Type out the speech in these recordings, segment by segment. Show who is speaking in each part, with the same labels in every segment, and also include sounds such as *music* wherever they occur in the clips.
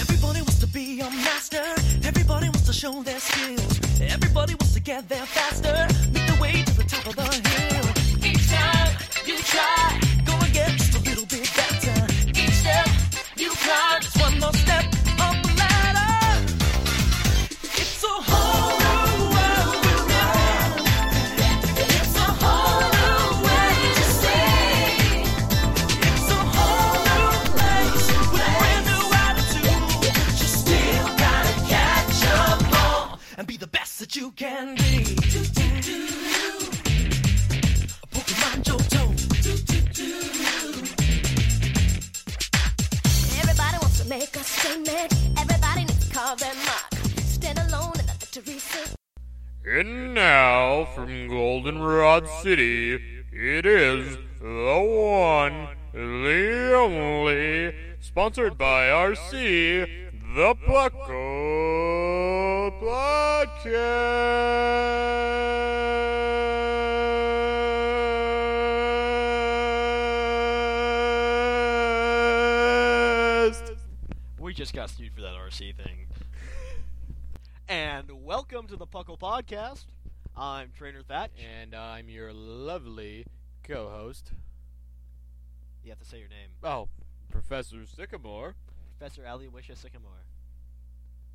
Speaker 1: Everybody wants to be a master. Everybody wants to show their skills. Everybody wants to get there faster. Make the way to the top of the hill. Each time you try, go and get just a little bit better. Each step you climb, just one more step up the ladder. It's a whole new world we're in. It's a whole new way to see. It's a whole new place with a brand new attitude. But you still gotta catch 'em all and be the best that you can be. Do, do, do. Pokemon Johto. Do, do, do.
Speaker 2: Everybody wants to make a statement. Everybody needs to call their mark. Stand alone in the victory circle.
Speaker 3: And now, from Goldenrod City, it is the one, the only, sponsored by RC, the Buckle Podcast.
Speaker 4: We just got sued for that RC thing. and welcome to the Puckle Podcast. I'm Trainer Thatch.
Speaker 5: And I'm your lovely co host,
Speaker 4: You have to say your name.
Speaker 5: oh, Professor Sycamore.
Speaker 4: Professor Ali Wisha Sycamore.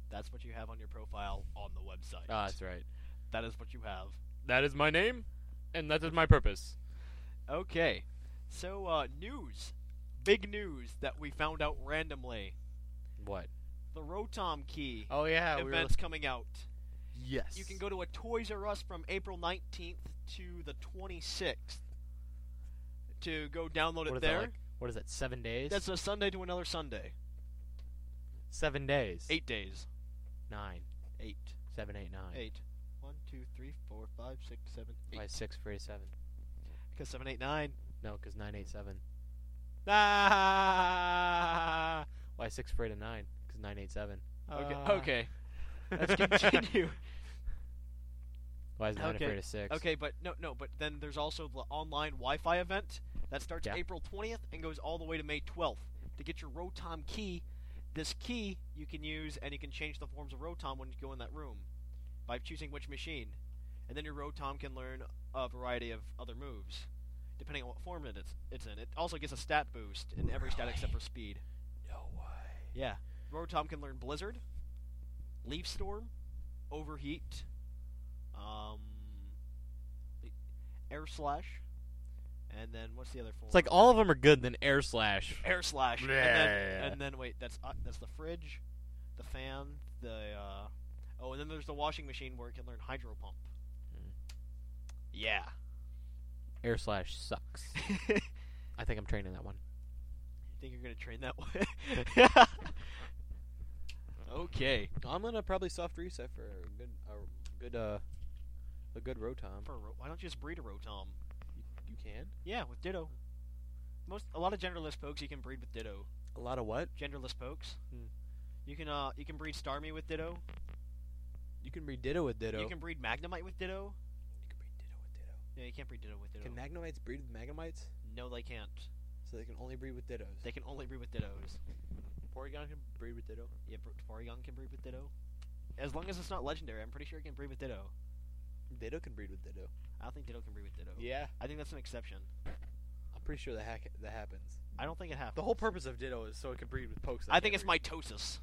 Speaker 4: That's what you have on your profile on the website.
Speaker 5: Ah, that's right.
Speaker 4: That is what you have.
Speaker 5: That is my name, and that is my purpose.
Speaker 4: Okay. So, uh, news. Big news that we found out randomly.
Speaker 5: What?
Speaker 4: The Rotom Key
Speaker 5: Oh, yeah. we were
Speaker 4: event's coming out.
Speaker 5: li- yes.
Speaker 4: You can go to a Toys R Us from April 19th to the 26th to go download
Speaker 5: What
Speaker 4: it
Speaker 5: is
Speaker 4: there.
Speaker 5: That like? What is that, seven days?
Speaker 4: That's a Sunday to another Sunday.
Speaker 5: seven days.
Speaker 4: Eight days.
Speaker 5: Nine.
Speaker 4: Eight.
Speaker 5: Seven, eight, nine.
Speaker 4: Eight. One, two, three, four, five, six, seven,
Speaker 5: Why
Speaker 4: eight.
Speaker 5: is six for eighty-seven?
Speaker 4: Because seven, eight, nine.
Speaker 5: No, because nine, eight, *laughs* seven. Ah! Why six for eight and nine? Because nine, eight, seven.
Speaker 4: Okay. *laughs*
Speaker 5: Ah.
Speaker 4: okay. Let's continue.
Speaker 5: Why is nine
Speaker 4: okay.
Speaker 5: afraid of six?
Speaker 4: Okay, but no, no. But then there's also the online Wi-Fi event that starts
Speaker 5: Yeah.
Speaker 4: April 20th and goes all the way to May 12th to get your Rotom key. This key you can use, and you can change the forms of Rotom when you go in that room by choosing which machine, and then your Rotom can learn a variety of other moves depending on what form it is, it's in. It also gets a stat boost in every stat except for speed.
Speaker 5: No way.
Speaker 4: Yeah. Rotom can learn Blizzard, Leaf Storm, Overheat, um, Air Slash, and then what's the other form?
Speaker 5: It's like all of them are good, then air slash.
Speaker 4: Air Slash. And
Speaker 5: Yeah.
Speaker 4: then, and then wait, that's uh, that's the fridge, the fan, the uh, oh, and then there's the washing machine where it can learn Hydro Pump.
Speaker 5: Hmm.
Speaker 4: Yeah.
Speaker 5: Air slash *laughs* sucks.
Speaker 4: you
Speaker 5: I think I'm training that one.
Speaker 4: think you're gonna train that *laughs*
Speaker 5: *laughs*
Speaker 4: one? okay.
Speaker 5: I'm gonna probably soft reset for a good, a good, uh, a good Rotom.
Speaker 4: For a Ro- why don't you just breed a Rotom?
Speaker 5: You can.
Speaker 4: Yeah, with Ditto. Most a lot of genderless pokes you can breed with Ditto.
Speaker 5: A lot of what?
Speaker 4: Genderless pokes.
Speaker 5: Hmm.
Speaker 4: You can uh you can breed Starmie with Ditto.
Speaker 5: You can breed Ditto with Ditto.
Speaker 4: You can breed Magnemite with Ditto.
Speaker 5: breed Ditto with Ditto.
Speaker 4: No, you can't breed Ditto with Ditto.
Speaker 5: Can Magnemites breed with Magnemites?
Speaker 4: no, they can't.
Speaker 5: So they can only breed with Dittos.
Speaker 4: They can only breed with Dittos.
Speaker 5: Porygon can breed with Ditto.
Speaker 4: Yeah, Br- Porygon can breed with Ditto. As long as it's not legendary, I'm pretty sure it can breed with Ditto.
Speaker 5: Ditto can breed with Ditto.
Speaker 3: Oh.
Speaker 4: I don't think Ditto can breed with Ditto.
Speaker 5: Yeah.
Speaker 4: I think that's an exception.
Speaker 5: I'm pretty sure that hack that happens.
Speaker 4: I don't think it happens.
Speaker 5: The whole purpose of Ditto is so it can breed with pokes. that
Speaker 4: I
Speaker 5: can't
Speaker 4: think it's
Speaker 5: breed.
Speaker 4: mitosis.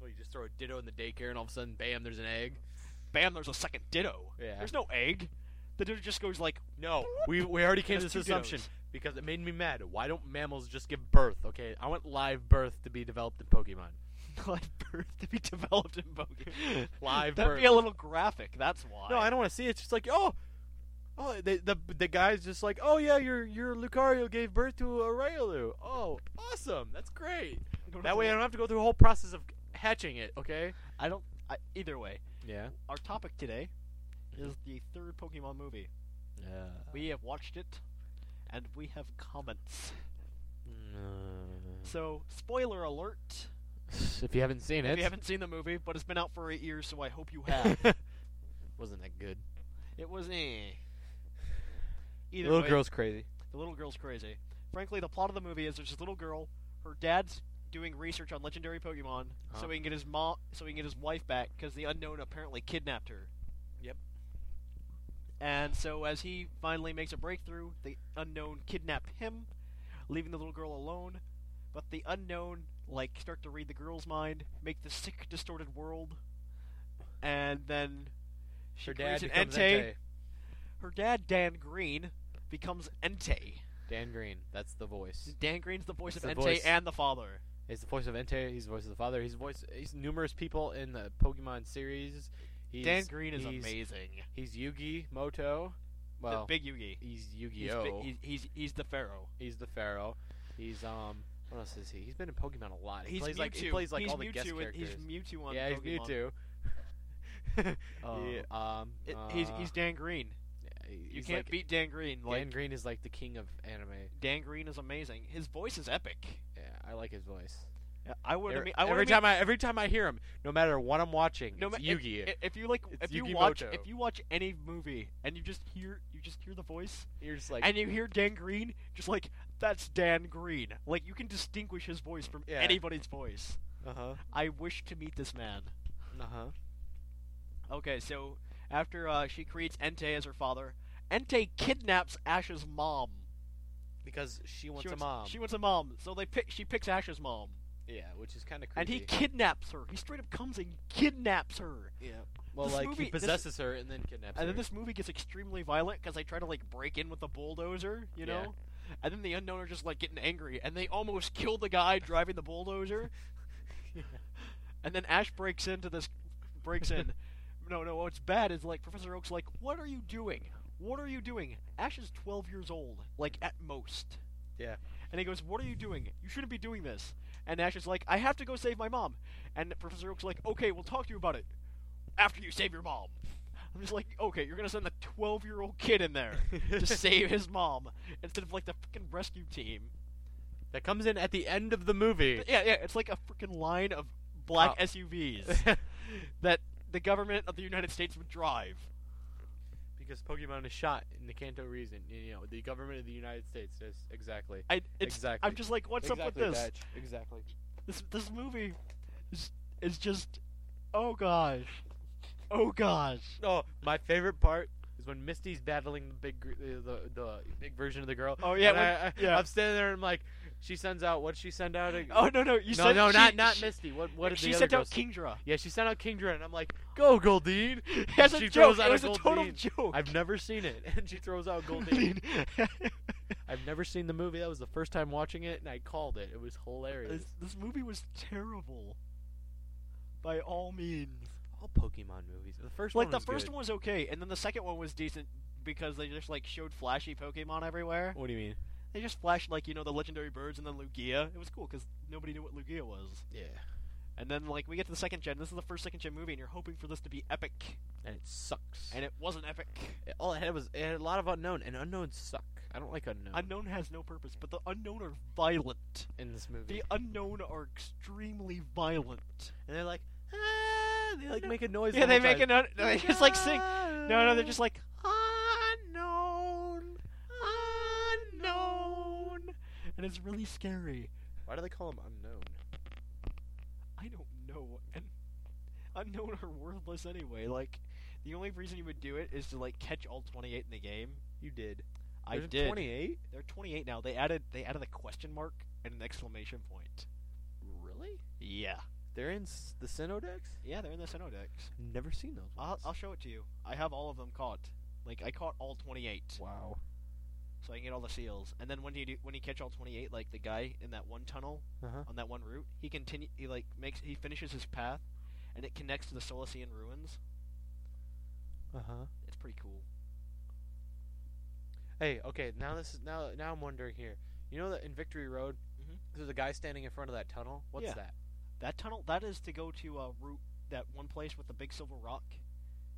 Speaker 5: Well, you just throw a Ditto in the daycare, and all of a sudden, bam! There's an egg.
Speaker 4: Bam, there's a second Ditto.
Speaker 5: Yeah.
Speaker 4: There's no egg. The Ditto just goes like,
Speaker 5: No, we we already came to
Speaker 4: That's
Speaker 5: this
Speaker 4: two
Speaker 5: assumption
Speaker 4: dittos.
Speaker 5: because it made me mad. Why don't mammals just give birth? Okay, I want live birth to be developed in Pokemon. *laughs*
Speaker 4: live birth *laughs* to be developed in Bogey.
Speaker 3: Live
Speaker 4: That'd
Speaker 3: birth.
Speaker 4: be a little graphic. That's why.
Speaker 3: No, I don't want to see it. It's just like, oh, oh, the, the the guy's just like, oh yeah, your your Lucario gave birth to a Raelu. Oh, awesome, that's great.
Speaker 4: You don't have
Speaker 3: That
Speaker 4: to
Speaker 3: way, I
Speaker 4: look-
Speaker 3: don't have to go through the whole process of hatching it. Okay.
Speaker 4: I don't. I, either way,
Speaker 3: Yeah.
Speaker 4: our topic today is the third Pokemon movie.
Speaker 3: Yeah.
Speaker 5: *laughs*
Speaker 4: We have watched it, and we have comments. So, spoiler alert.
Speaker 3: If you haven't seen it,
Speaker 4: If you
Speaker 5: *laughs*
Speaker 4: haven't seen the movie, but it's been out for eight years, so I hope you
Speaker 3: *laughs*
Speaker 4: have.
Speaker 3: wasn't that good?
Speaker 4: it was eh. Either
Speaker 5: Little
Speaker 4: way,
Speaker 5: girl's crazy.
Speaker 4: The little girl's crazy. Frankly, the plot of the movie is there's this little girl. Her dad's doing research on legendary Pokemon, so
Speaker 3: Huh.
Speaker 4: he can get his mom, so he can get his wife back because the unknown apparently kidnapped her.
Speaker 3: Yep.
Speaker 4: And so as he finally makes a breakthrough, the unknown kidnap him, leaving the little girl alone. But the unknown like start to read the girl's mind, make the sick, distorted world, and then she
Speaker 5: Her
Speaker 4: creates
Speaker 5: dad
Speaker 4: an
Speaker 5: becomes
Speaker 4: Entei.
Speaker 5: Entei.
Speaker 4: Her dad, Dan Green, becomes Entei.
Speaker 5: Dan Green. That's the voice.
Speaker 4: Dan Green's the voice
Speaker 5: It's
Speaker 4: of
Speaker 5: the
Speaker 4: Entei
Speaker 5: voice.
Speaker 4: and the father.
Speaker 5: He's the voice of Entei. He's the voice of the father. He's the voice. He's numerous people in the Pokemon series. He's,
Speaker 4: Dan Green is
Speaker 5: he's-
Speaker 4: amazing.
Speaker 5: He's Yugi Moto. Well,
Speaker 4: the big Yugi.
Speaker 5: he's
Speaker 4: He's,
Speaker 5: Yu-Gi-Oh.
Speaker 4: big, he's, he's he's the pharaoh.
Speaker 5: He's the Pharaoh. He's um. What else is he? He's been in Pokemon a lot. He
Speaker 4: He's
Speaker 5: plays
Speaker 4: Mewtwo.
Speaker 5: like he plays like
Speaker 4: he's
Speaker 5: all the
Speaker 4: Mewtwo
Speaker 5: guest
Speaker 4: and-
Speaker 5: characters.
Speaker 4: He's Mewtwo on
Speaker 5: yeah,
Speaker 4: Pokemon. *laughs*
Speaker 5: he's Mewtwo.
Speaker 4: Oh.
Speaker 5: *laughs* yeah, um,
Speaker 4: It- he's
Speaker 5: uh,
Speaker 4: he's Dan Green.
Speaker 5: yeah,
Speaker 4: You
Speaker 5: he's
Speaker 4: can't
Speaker 5: like-
Speaker 4: beat Dan Green. Like
Speaker 5: Dan Green is like the king of anime.
Speaker 4: Dan Green is amazing. His voice is epic.
Speaker 5: Yeah, I like his voice.
Speaker 4: I would
Speaker 5: Every,
Speaker 4: I would
Speaker 5: every time I every time I hear him, no matter what I'm watching,
Speaker 4: no,
Speaker 5: it's
Speaker 4: ma- if-
Speaker 5: Yugi.
Speaker 4: If, if you like,
Speaker 5: It's
Speaker 4: if you
Speaker 5: Yugi
Speaker 4: watch,
Speaker 5: Moto.
Speaker 4: if you watch any movie and you just hear, you just hear the voice,
Speaker 5: You're just like
Speaker 4: and you hear Dan Green, just like that's Dan Green. Like you can distinguish his voice from
Speaker 5: Yeah.
Speaker 4: anybody's voice.
Speaker 5: uh huh,
Speaker 4: I wish to meet this man.
Speaker 5: uh
Speaker 4: uh-huh.
Speaker 5: huh.
Speaker 4: Okay, so after uh, she creates Entei as her father, Entei kidnaps Ash's mom.
Speaker 5: Because she wants
Speaker 4: she
Speaker 5: a mom.
Speaker 4: She wants a mom, so they pick. She picks Ash's mom,
Speaker 5: yeah, which is kind of
Speaker 4: and he
Speaker 5: creepy.
Speaker 4: kidnaps her. He straight up comes and kidnaps her.
Speaker 5: yeah. Well,
Speaker 4: this
Speaker 5: like
Speaker 4: movie-
Speaker 5: he
Speaker 4: this-
Speaker 5: possesses her and then kidnaps
Speaker 4: And
Speaker 5: her.
Speaker 4: then this movie gets extremely violent because they try to like break in with the bulldozer, you know.
Speaker 5: Yeah.
Speaker 4: And then the unknown are just like getting angry, and they almost kill the guy driving the bulldozer. *laughs* And then Ash breaks into this, breaks in. no, no, what's bad is like Professor Oak's like, "What are you doing? What are you doing?" Ash is 12 years old, like at most.
Speaker 5: Yeah.
Speaker 4: And he goes, "What are you doing? You shouldn't be doing this." And Ash is like, "I have to go save my mom." And Professor Oak's like, "Okay, we'll talk to you about it after you save your mom." I'm just like, "Okay, you're gonna send the 12 year old kid in there
Speaker 5: *laughs*
Speaker 4: to save his mom instead of like the freaking rescue team."
Speaker 5: that comes in at the end of the movie.
Speaker 4: Yeah, yeah, it's like a freaking line of black
Speaker 5: Oh. *laughs*
Speaker 4: SUVs that the government of the United States would drive.
Speaker 5: because Pokemon is shot in the Kanto region. You know, the government of the United States is exactly.
Speaker 4: I, it's,
Speaker 5: Exactly.
Speaker 4: I'm just like, what's
Speaker 5: exactly
Speaker 4: up with this?
Speaker 5: Batch. Exactly.
Speaker 4: This this movie is, is just, oh gosh, oh gosh.
Speaker 5: Oh, my favorite part is when Misty's battling the big, gr- uh, the the big version of the girl.
Speaker 4: Oh, yeah,
Speaker 5: and
Speaker 4: when-
Speaker 5: I, I,
Speaker 4: yeah.
Speaker 5: I'm standing there and I'm like, she sends out what she send out. ag-
Speaker 4: Oh no no, you
Speaker 5: no,
Speaker 4: said
Speaker 5: no,
Speaker 4: she-
Speaker 5: not not
Speaker 4: she-
Speaker 5: Misty. What what did
Speaker 4: she
Speaker 5: the other
Speaker 4: sent
Speaker 5: girl
Speaker 4: out
Speaker 5: send? *laughs*
Speaker 4: Kingdra.
Speaker 5: Yeah, she sent out Kingdra, and I'm like, go Goldeen.
Speaker 4: As a
Speaker 5: she
Speaker 4: joke,
Speaker 5: throws
Speaker 4: *laughs*
Speaker 5: out
Speaker 4: it was a, total
Speaker 5: Goldeen.
Speaker 4: joke. *laughs*
Speaker 5: I've never seen it, *laughs* and she throws out Goldeen.
Speaker 4: Goldeen.
Speaker 5: I've never seen the movie. That was the first time watching it, and I called it. It was *laughs* hilarious.
Speaker 4: this, this movie was terrible. By all means.
Speaker 5: All Pokemon movies. The first
Speaker 4: like
Speaker 5: one
Speaker 4: the
Speaker 5: was
Speaker 4: first
Speaker 5: good.
Speaker 4: one was okay, and then the second one was decent because they just like showed flashy Pokemon everywhere.
Speaker 5: What do you mean?
Speaker 4: They just flashed like you know the legendary birds and then Lugia. It was cool because nobody knew what Lugia was.
Speaker 5: Yeah,
Speaker 4: And then like we get to the second gen. This is the first second gen movie, and you're hoping for this to be epic,
Speaker 5: and it sucks.
Speaker 4: and it wasn't epic.
Speaker 5: It- all it had was it had a lot of unknown, and unknowns suck. I don't like unknown
Speaker 4: Unknown has no purpose, but the unknown are violent.
Speaker 5: in this movie.
Speaker 4: The unknown are extremely violent.
Speaker 5: and they're like, ah, they like make a noise.
Speaker 4: Yeah, they make an un- they just like sing. No, no, they're just like
Speaker 5: unknown,
Speaker 4: unknown, and it's really scary.
Speaker 5: Why do they call them unknown?
Speaker 4: I don't know. And unknown are worthless anyway. Like, the only reason you would do it is to like catch all 28 in the game.
Speaker 5: You did.
Speaker 4: I did.
Speaker 5: Twenty-eight.
Speaker 4: They're 28 now. They added they added a question mark and an exclamation point.
Speaker 5: Really?
Speaker 4: Yeah.
Speaker 5: They're in s- the Sinodex.
Speaker 4: Yeah, they're in the Sinodex.
Speaker 5: Never seen those.
Speaker 4: I'll
Speaker 5: ones.
Speaker 4: I'll show it to you. I have all of them caught. Like I caught all 28.
Speaker 5: Wow.
Speaker 4: so I can get all the seals. And then when you do, when you catch all 28, like the guy in that one tunnel
Speaker 5: Uh-huh.
Speaker 4: on that one route, he continue he like makes he finishes his path, and it connects to the Solasian ruins.
Speaker 5: Uh huh.
Speaker 4: It's pretty cool.
Speaker 5: Hey, okay. Now this is now now I'm wondering here. You know that in Victory Road,
Speaker 4: Mhm.
Speaker 5: there's a guy standing in front of that tunnel. What's
Speaker 4: Yeah.
Speaker 5: that?
Speaker 4: That tunnel that is to go to uh, route that one place with the big silver rock.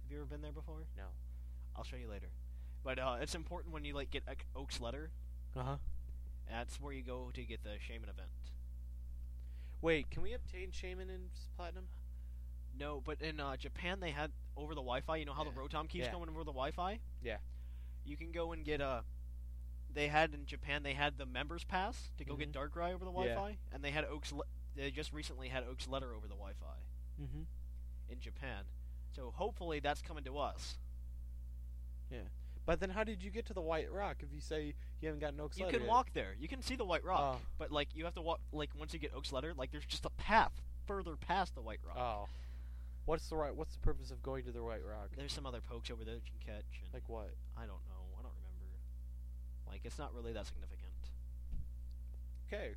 Speaker 4: Have you ever been there before?
Speaker 5: No.
Speaker 4: I'll show you later. But uh, it's important when you like get Oak- Oak's letter.
Speaker 5: Uh huh.
Speaker 4: That's where you go to get the shaman event.
Speaker 5: Wait, can we obtain Shaman and s- Platinum?
Speaker 4: No, but in uh, Japan they had over the Wi-Fi. You know how the
Speaker 5: Yeah.
Speaker 4: Rotom keeps
Speaker 5: Yeah.
Speaker 4: going over the Wi-Fi.
Speaker 5: Yeah.
Speaker 4: You can go and get a. They had in Japan. They had the members pass to go get
Speaker 5: Mhm.
Speaker 4: Darkrai over the
Speaker 5: Yeah.
Speaker 4: Wi-Fi, and they had Oak's. Le- they just recently had Oak's letter over the Wi-Fi
Speaker 5: Mm-hmm.
Speaker 4: in Japan. So hopefully that's coming to us.
Speaker 5: But then, how did you get to the White Rock if you say you haven't gotten Oak's
Speaker 4: You
Speaker 5: letter
Speaker 4: can
Speaker 5: yet?
Speaker 4: walk there. You can see the White Rock,
Speaker 5: Oh.
Speaker 4: but like you have to walk. Like once you get Oak's letter, like there's just a path further past the White Rock.
Speaker 5: Oh. What's the right? What's the purpose of going to the White Rock?
Speaker 4: There's some other pokes over there that you can catch. And
Speaker 5: Like what?
Speaker 4: I don't know. I don't remember. Like it's not really that significant.
Speaker 5: Okay.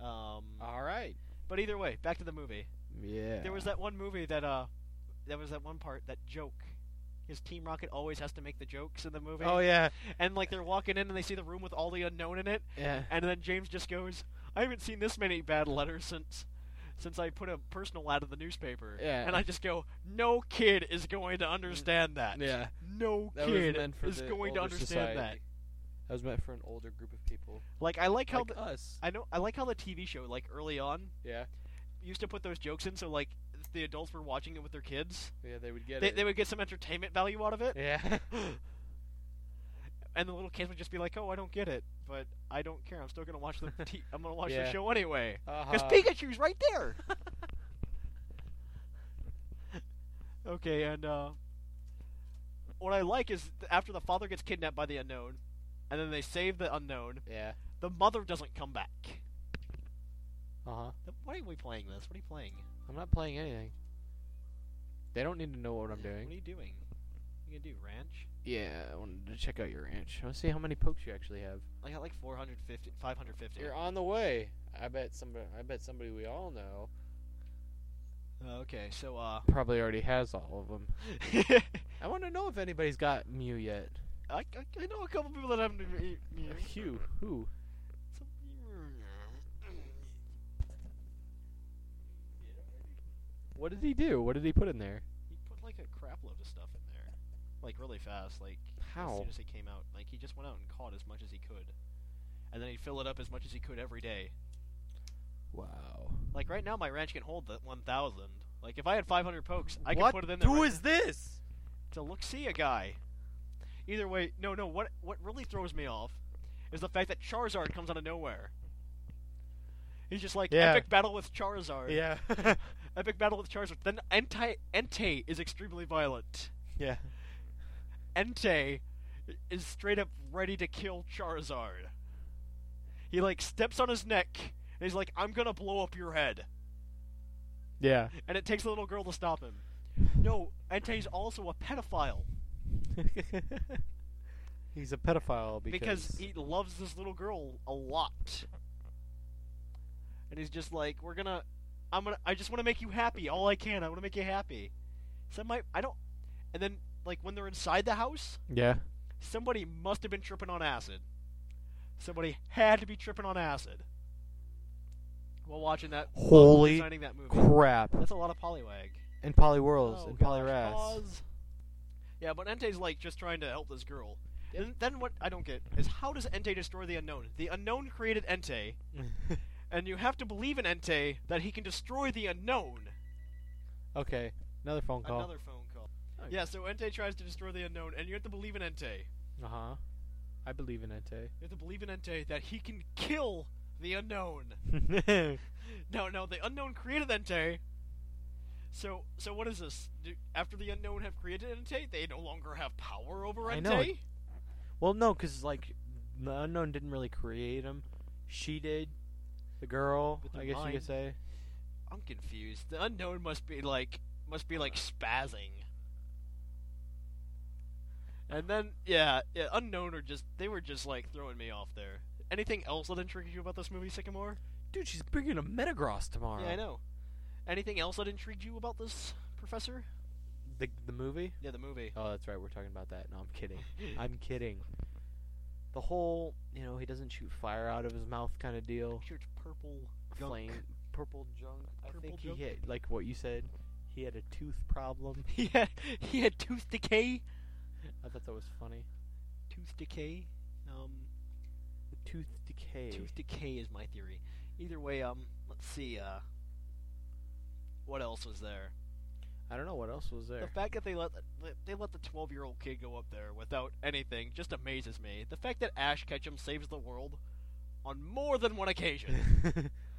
Speaker 4: Um,
Speaker 5: All right.
Speaker 4: but either way, back to the movie.
Speaker 5: Ah. Yeah.
Speaker 4: There was that one movie that uh, there was that one part that joke. His Team Rocket always has to make the jokes in the movie.
Speaker 5: Oh yeah.
Speaker 4: And like they're walking in and they see the room with all the unknown in it,
Speaker 5: Yeah.
Speaker 4: and then James just goes, "I haven't seen this many bad letters since." Since I put a personal ad in the newspaper,
Speaker 5: Yeah. Mm.
Speaker 4: and I just go, no kid is going to understand that.
Speaker 5: Yeah.
Speaker 4: no
Speaker 5: That was
Speaker 4: kid
Speaker 5: meant for
Speaker 4: is
Speaker 5: the
Speaker 4: going to
Speaker 5: older
Speaker 4: understand
Speaker 5: society.
Speaker 4: that.
Speaker 5: That was meant for an older group of people.
Speaker 4: Like I like how
Speaker 5: like
Speaker 4: the,
Speaker 5: us.
Speaker 4: I know I like how the TV show like early on
Speaker 5: Yeah.
Speaker 4: used to put those jokes in so like if the adults were watching it with their kids.
Speaker 5: Yeah, they would get
Speaker 4: They,
Speaker 5: it. Uh-huh.
Speaker 4: they would get some entertainment value out of it,
Speaker 5: *laughs* Yeah.
Speaker 4: and the little kids would just be like, "Oh, I don't get it, but I don't care. I'm still gonna
Speaker 5: *laughs*
Speaker 4: watch the t- I'm gonna watch the
Speaker 5: Yeah.
Speaker 4: show anyway because
Speaker 5: Uh-huh.
Speaker 4: Pikachu's right
Speaker 5: *laughs*
Speaker 4: there." okay, and uh, what I like is th- after the father gets kidnapped by the unknown, and then they save the unknown,
Speaker 5: Yeah.
Speaker 4: the mother doesn't come back.
Speaker 5: Uh huh.
Speaker 4: Th- Why are we playing this? What are you playing?
Speaker 5: I'm not playing anything. They don't need to know what I'm
Speaker 4: What are
Speaker 5: doing.
Speaker 4: you doing? You gonna do ranch?
Speaker 5: Yeah, I wanted to check out your ranch. I want to see how many pokes you actually have.
Speaker 4: I got like 450, 550.
Speaker 5: You're on the way. I bet somebody. I bet somebody we all know
Speaker 4: Uh, okay, so uh, *laughs*
Speaker 5: probably already has all of them.
Speaker 4: I,
Speaker 5: I want to know if anybody's got Mew yet.
Speaker 4: I, I know a couple people that haven't. been-
Speaker 5: Mew. Who? What did he do? What did he put in there?
Speaker 4: He put like a crap load of stuff in there, like really fast. Like as
Speaker 5: How?
Speaker 4: soon as he came out, like he just went out and caught as much as he could, and then he'd fill it up as much as he could every day.
Speaker 5: Wow.
Speaker 4: Like right now, my ranch can hold the 1,000. Like if I had 500 pokes, I
Speaker 3: what?
Speaker 4: could put it in there.
Speaker 3: Who
Speaker 4: right
Speaker 3: is this?
Speaker 4: to look see a guy. Either way, no, no. What what really throws me off is the fact that Charizard comes out of nowhere. He's just like
Speaker 3: Yeah.
Speaker 4: epic battle with Charizard.
Speaker 3: Yeah.
Speaker 4: *laughs*
Speaker 3: *laughs*
Speaker 4: Epic battle with Charizard. Then Entei Entei is extremely violent.
Speaker 3: yeah.
Speaker 4: Entei is straight up ready to kill Charizard. He like steps on his neck and he's like, "I'm gonna blow up your head,"
Speaker 3: Yeah.
Speaker 4: and it takes a little girl to stop him. No, Entei's also a pedophile.
Speaker 3: *laughs* He's a pedophile
Speaker 4: because, he loves this little girl a lot. And he's just like, we're gonna, I'm gonna, I just want to make you happy, all I can. I want to make you happy. Some might, I don't. And then, like when they're inside the house,
Speaker 3: yeah.
Speaker 4: somebody must have been tripping on acid. Somebody had to be tripping on acid. While watching that, while
Speaker 3: Holy
Speaker 4: designing that movie.
Speaker 3: Crap.
Speaker 4: That's a lot of polywag.
Speaker 3: And polyworlds
Speaker 4: Oh,
Speaker 3: and
Speaker 4: gosh,
Speaker 3: polyrass.
Speaker 4: cause. Yeah, but Entei's like just trying to help this girl. And then what I don't get is how does Entei destroy the unknown? The unknown created Entei,
Speaker 3: *laughs*
Speaker 4: and you have to believe in Entei that he can destroy the unknown.
Speaker 5: okay. Another phone call.
Speaker 4: Another phone call. Yeah, so Entei tries to destroy the unknown, and you have to believe in Entei.
Speaker 5: Uh huh. I believe in Entei.
Speaker 4: You have to believe in Entei that he can kill the unknown. *laughs*
Speaker 5: eh?
Speaker 3: *laughs*
Speaker 4: No, no, the unknown created Entei. So, so what is this? Do, after the unknown have created Entei, they no longer have power over Entei.
Speaker 5: I know, it- Well, no, because like the unknown didn't really create him. She did. The girl,
Speaker 4: With
Speaker 5: I
Speaker 4: her
Speaker 5: guess you
Speaker 4: mind.
Speaker 5: could say.
Speaker 4: I'm confused. The unknown must be like must be like spazzing. And then yeah, yeah, unknown or just they were just like throwing me off there. Anything else that intrigued you about this movie, Sycamore?
Speaker 5: Dude, she's bringing a Metagross tomorrow.
Speaker 4: Yeah, I know. Anything else that intrigued you about this, Professor?
Speaker 5: The the movie?
Speaker 4: Yeah, the movie.
Speaker 5: Oh, that's right. We're talking about that. No, I'm *laughs* kidding. I'm kidding. The whole, you know, he doesn't shoot fire out of his mouth kind of deal.
Speaker 4: Sure, it's purple gunk.
Speaker 5: Flame, purple junk.
Speaker 4: Purple
Speaker 5: I think
Speaker 4: junk?
Speaker 5: he had, like what you said, he had a tooth *laughs* problem.
Speaker 4: He had he had tooth decay.
Speaker 5: I thought that was funny.
Speaker 4: Tooth decay. Um,
Speaker 5: Tooth decay.
Speaker 4: tooth decay is my theory. Either way, um, let's see. Uh, what else was there?
Speaker 5: I don't know what else was
Speaker 4: The
Speaker 5: there.
Speaker 4: fact that they let the, they let the 12 year old kid go up there without anything just amazes me. The fact that Ash Ketchum saves the world on more than one occasion.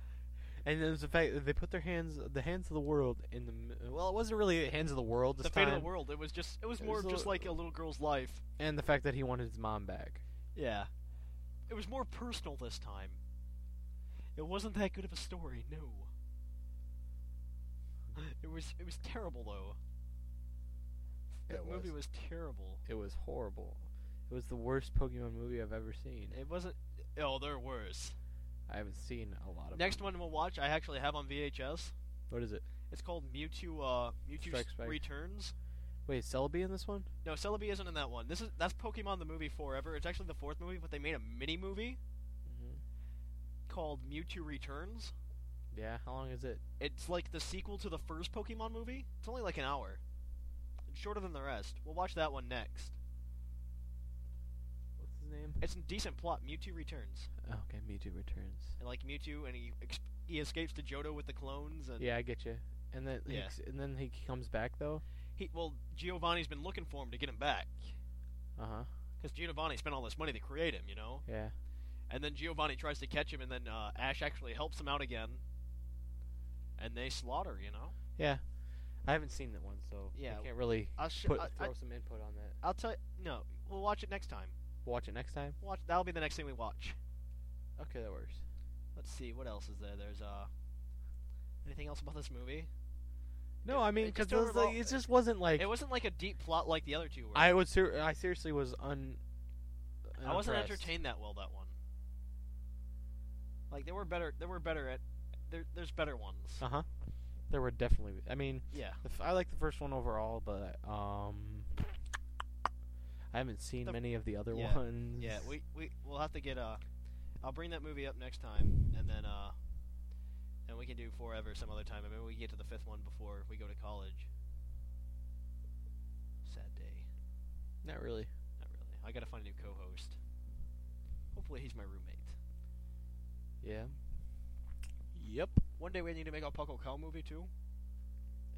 Speaker 5: *laughs* and it was the fact that they put their hands, the hands of the world, in the mi- well, it wasn't really the hands of the world this
Speaker 4: the fate
Speaker 5: time.
Speaker 4: of the world. It was just it was
Speaker 5: It
Speaker 4: more
Speaker 5: was a
Speaker 4: just
Speaker 5: little-
Speaker 4: like a little girl's life.
Speaker 5: And the fact that he wanted his mom back.
Speaker 4: Yeah. It was more personal this time. It wasn't that good of a story, no.
Speaker 5: Hmm.
Speaker 4: It was it was terrible though.
Speaker 5: It
Speaker 4: That movie was
Speaker 5: was.
Speaker 4: terrible.
Speaker 5: It was horrible. It was the worst Pokemon movie I've ever seen.
Speaker 4: It wasn't Oh, they're worse.
Speaker 5: I haven't seen a lot of.
Speaker 4: Next
Speaker 5: them.
Speaker 4: one we'll watch I actually have on VHS.
Speaker 5: What is it?
Speaker 4: It's called Mewtwo uh Mewtwo
Speaker 5: Strikes
Speaker 4: S-
Speaker 5: Back.
Speaker 4: Returns.
Speaker 5: Wait, is Celebi in this one?
Speaker 4: No, Celebi isn't in that one. This is that's Pokemon the movie forever. It's actually the fourth movie, but they made a mini movie Mm-hmm. called Mewtwo Returns.
Speaker 5: Yeah. How long is it?
Speaker 4: It's like the sequel to the first Pokemon movie. It's only like an hour. It's shorter than the rest. We'll watch that one next.
Speaker 5: What's his name?
Speaker 4: It's a decent plot. Mewtwo returns,
Speaker 5: Oh, okay, Mewtwo returns.
Speaker 4: and like Mewtwo, and he ex- he escapes to Johto with the clones, and
Speaker 5: Yeah, I get you. And then he
Speaker 4: Yeah.
Speaker 5: ex- and then he comes back though.
Speaker 4: he well Giovanni's been looking for him to get him back,
Speaker 5: Uh huh.
Speaker 4: because Giovanni spent all this money to create him, you know.
Speaker 5: Yeah.
Speaker 4: And then Giovanni tries to catch him, and then uh, Ash actually helps him out again, and they slaughter, you know.
Speaker 5: Yeah. I haven't seen that one, so
Speaker 4: Yeah.
Speaker 5: I can't really
Speaker 4: I'll sh-
Speaker 5: put
Speaker 4: I- I-
Speaker 5: throw some input on that.
Speaker 4: I'll tell no, we'll watch it next time.
Speaker 5: Watch it next time.
Speaker 4: Watch that'll be the next thing we watch.
Speaker 5: Okay, that works.
Speaker 4: Let's see what else is there. There's uh anything else about this movie?
Speaker 5: No,
Speaker 4: It-
Speaker 5: I mean
Speaker 4: it
Speaker 5: because
Speaker 4: just
Speaker 5: it, was like-
Speaker 4: overall-
Speaker 5: it just wasn't like
Speaker 4: It wasn't like a deep plot like the other two were.
Speaker 5: I was. Ser- I seriously was un.
Speaker 4: I wasn't
Speaker 5: unimpressed.
Speaker 4: entertained that well that one. Like there were better there were better at there there's better ones.
Speaker 5: Uh huh. There were definitely. I mean,
Speaker 4: Yeah.
Speaker 5: the f- I like the first one overall, but um, I haven't seen
Speaker 4: The-
Speaker 5: many of the other
Speaker 4: yeah,
Speaker 5: ones.
Speaker 4: Yeah, we we we'll have to get uh I'll bring that movie up next time and then uh and we can do forever some other time. I mean we can get to the fifth one before we go to college. Sad day.
Speaker 5: not really.
Speaker 4: Not really. I gotta find a new co-host. Hopefully, he's my roommate.
Speaker 5: Yeah. Yep.
Speaker 4: One day we need to make a Puckle Cow movie too.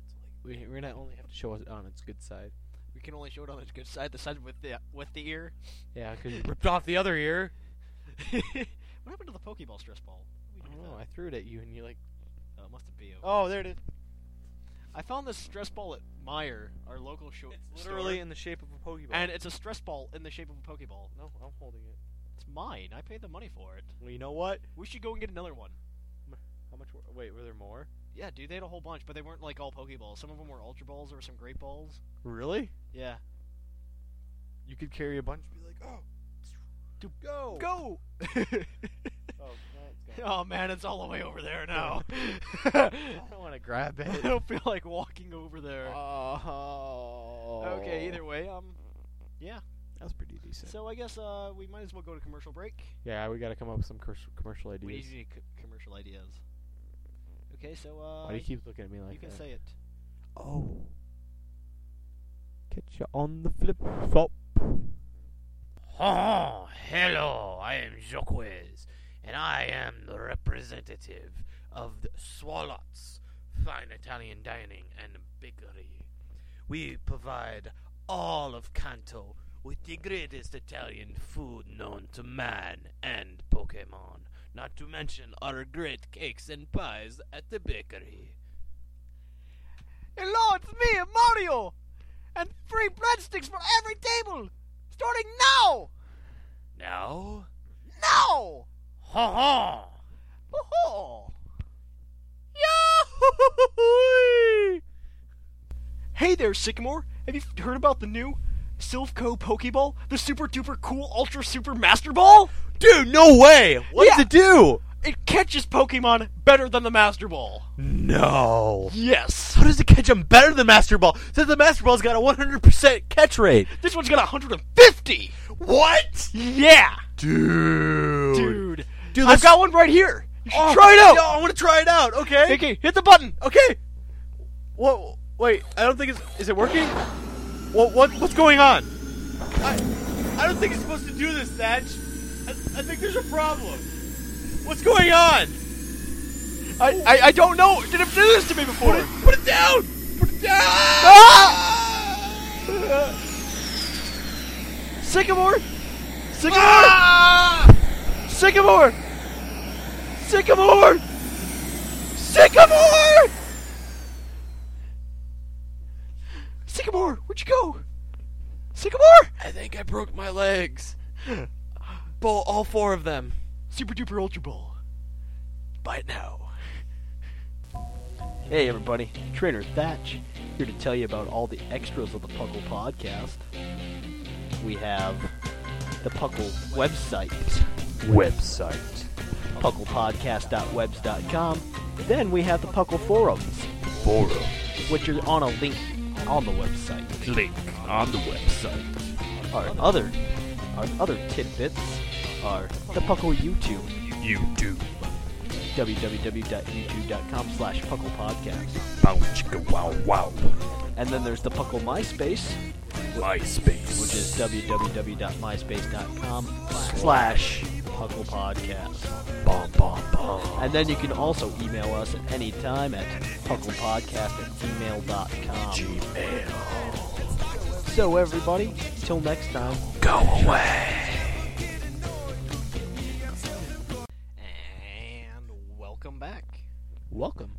Speaker 4: It's like
Speaker 5: We we're not only have to show it on its good side.
Speaker 4: we can only show it on its good side, the side with the with the ear. *laughs*
Speaker 5: Yeah, because you ripped off the other ear.
Speaker 4: what happened to the Pokeball stress ball? What
Speaker 5: I
Speaker 4: did
Speaker 5: don't
Speaker 4: we do
Speaker 5: know.
Speaker 4: with
Speaker 5: Oh, I threw it at you, and you like.
Speaker 4: that? Oh, it must have been.
Speaker 5: Oh, there it is.
Speaker 4: I found this stress ball at Meyer, our local show.
Speaker 5: It's
Speaker 4: store,
Speaker 5: literally in the shape of a Pokeball.
Speaker 4: and it's a stress ball in the shape of a Pokeball.
Speaker 5: no, I'm holding it.
Speaker 4: It's mine. I paid the money for it.
Speaker 5: Well, you know what?
Speaker 4: We should go and get another one.
Speaker 5: How much? Were, wait, were there more?
Speaker 4: Yeah, dude, they had a whole bunch, but they weren't like all Pokeballs. Some of them were Ultra Balls. There were some Great Balls.
Speaker 5: Really?
Speaker 4: Yeah.
Speaker 5: You could carry a bunch. and Be like, oh,
Speaker 4: Dude,
Speaker 5: go,
Speaker 4: *laughs* Go!
Speaker 5: Oh, no, it's gone.
Speaker 4: oh man, it's all the way over there now. *laughs*
Speaker 5: I don't want to grab
Speaker 4: I
Speaker 5: *laughs* it.
Speaker 4: don't feel like walking over there.
Speaker 5: *laughs* Oh.
Speaker 4: Okay, either way, um, yeah.
Speaker 5: That was pretty decent.
Speaker 4: So I guess uh, we might as well go to commercial break.
Speaker 5: yeah, we got to come up with some commercial, commercial ideas.
Speaker 4: We need to co- commercial ideas. Okay, so uh,
Speaker 5: Why do you keep looking at me like
Speaker 4: you can
Speaker 5: that?
Speaker 4: say it.
Speaker 5: oh. Catch you on the flip flop.
Speaker 6: Oh, hello, I am Jacques, and I am the representative of the Swalots Fine Italian Dining and Bakery. We provide all of Kanto with the greatest Italian food known to man and Pokemon, not to mention our great cakes and pies at the bakery.
Speaker 4: Hello, it's me, Mario, and free breadsticks for every table, starting now.
Speaker 6: Now,
Speaker 4: Now.
Speaker 6: ha ha!
Speaker 4: Oh.
Speaker 6: Yahoo!
Speaker 4: Hey there, Sycamore. Have you heard about the new Silphco Pokeball, the super duper cool ultra super master ball.
Speaker 3: Dude, no way! What
Speaker 4: Yeah.
Speaker 3: does it do?
Speaker 4: It catches Pokemon better than the Master Ball.
Speaker 3: No.
Speaker 4: Yes.
Speaker 3: How does it catch him better than Master Ball? Says the Master Ball's got a 100% catch rate.
Speaker 4: This one's got 150.
Speaker 3: What?
Speaker 4: Yeah,
Speaker 3: Dude.
Speaker 4: dude.
Speaker 3: Dude,
Speaker 4: I've
Speaker 3: let's-
Speaker 4: got one right here. You should
Speaker 3: Oh,
Speaker 4: try it out.
Speaker 3: No, I want to try it out. Okay.
Speaker 4: Okay, hit the button.
Speaker 3: Okay. What? Wait, I don't think it's. Is it working? What? What? What's going on? I, I don't think it's supposed to do this, Thatch. I, I think there's a problem. What's going on?
Speaker 4: I, I, I don't know. Did it do this to me before? Ah!
Speaker 3: Put it, put it down. Put it down.
Speaker 4: Sycamore. Sycamore.
Speaker 3: Ah!
Speaker 4: Sycamore. Sycamore. Sycamore. Sycamore, where'd you go? Sycamore.
Speaker 6: I think I broke my legs. Bo- all four of them.
Speaker 4: Super Duper Ultra Ball. Buy it now. Hey everybody, Trainer Thatch here to tell you about all the extras of the Puckle podcast. We have the Puckle website. Website. PucklePodcast.webs.com. Then we have the Puckle forums. Forums. Which are on a link on the website.
Speaker 3: Link on the website.
Speaker 4: Our other our other tidbits are the Puckle YouTube
Speaker 3: You do.
Speaker 4: www.youtube.com slash Puckle Podcast.
Speaker 3: Bow chicka wow wow.
Speaker 4: And then there's the Puckle MySpace,
Speaker 3: MySpace.
Speaker 4: which is www.myspace.com slash Puckle Podcast.
Speaker 3: bomb bomb bomb.
Speaker 4: And then you can also email us at any time at pucklepodcast at gmail.com.
Speaker 3: Gmail.
Speaker 4: So everybody, till next time.
Speaker 3: Go away.
Speaker 4: And welcome back
Speaker 5: Welcome.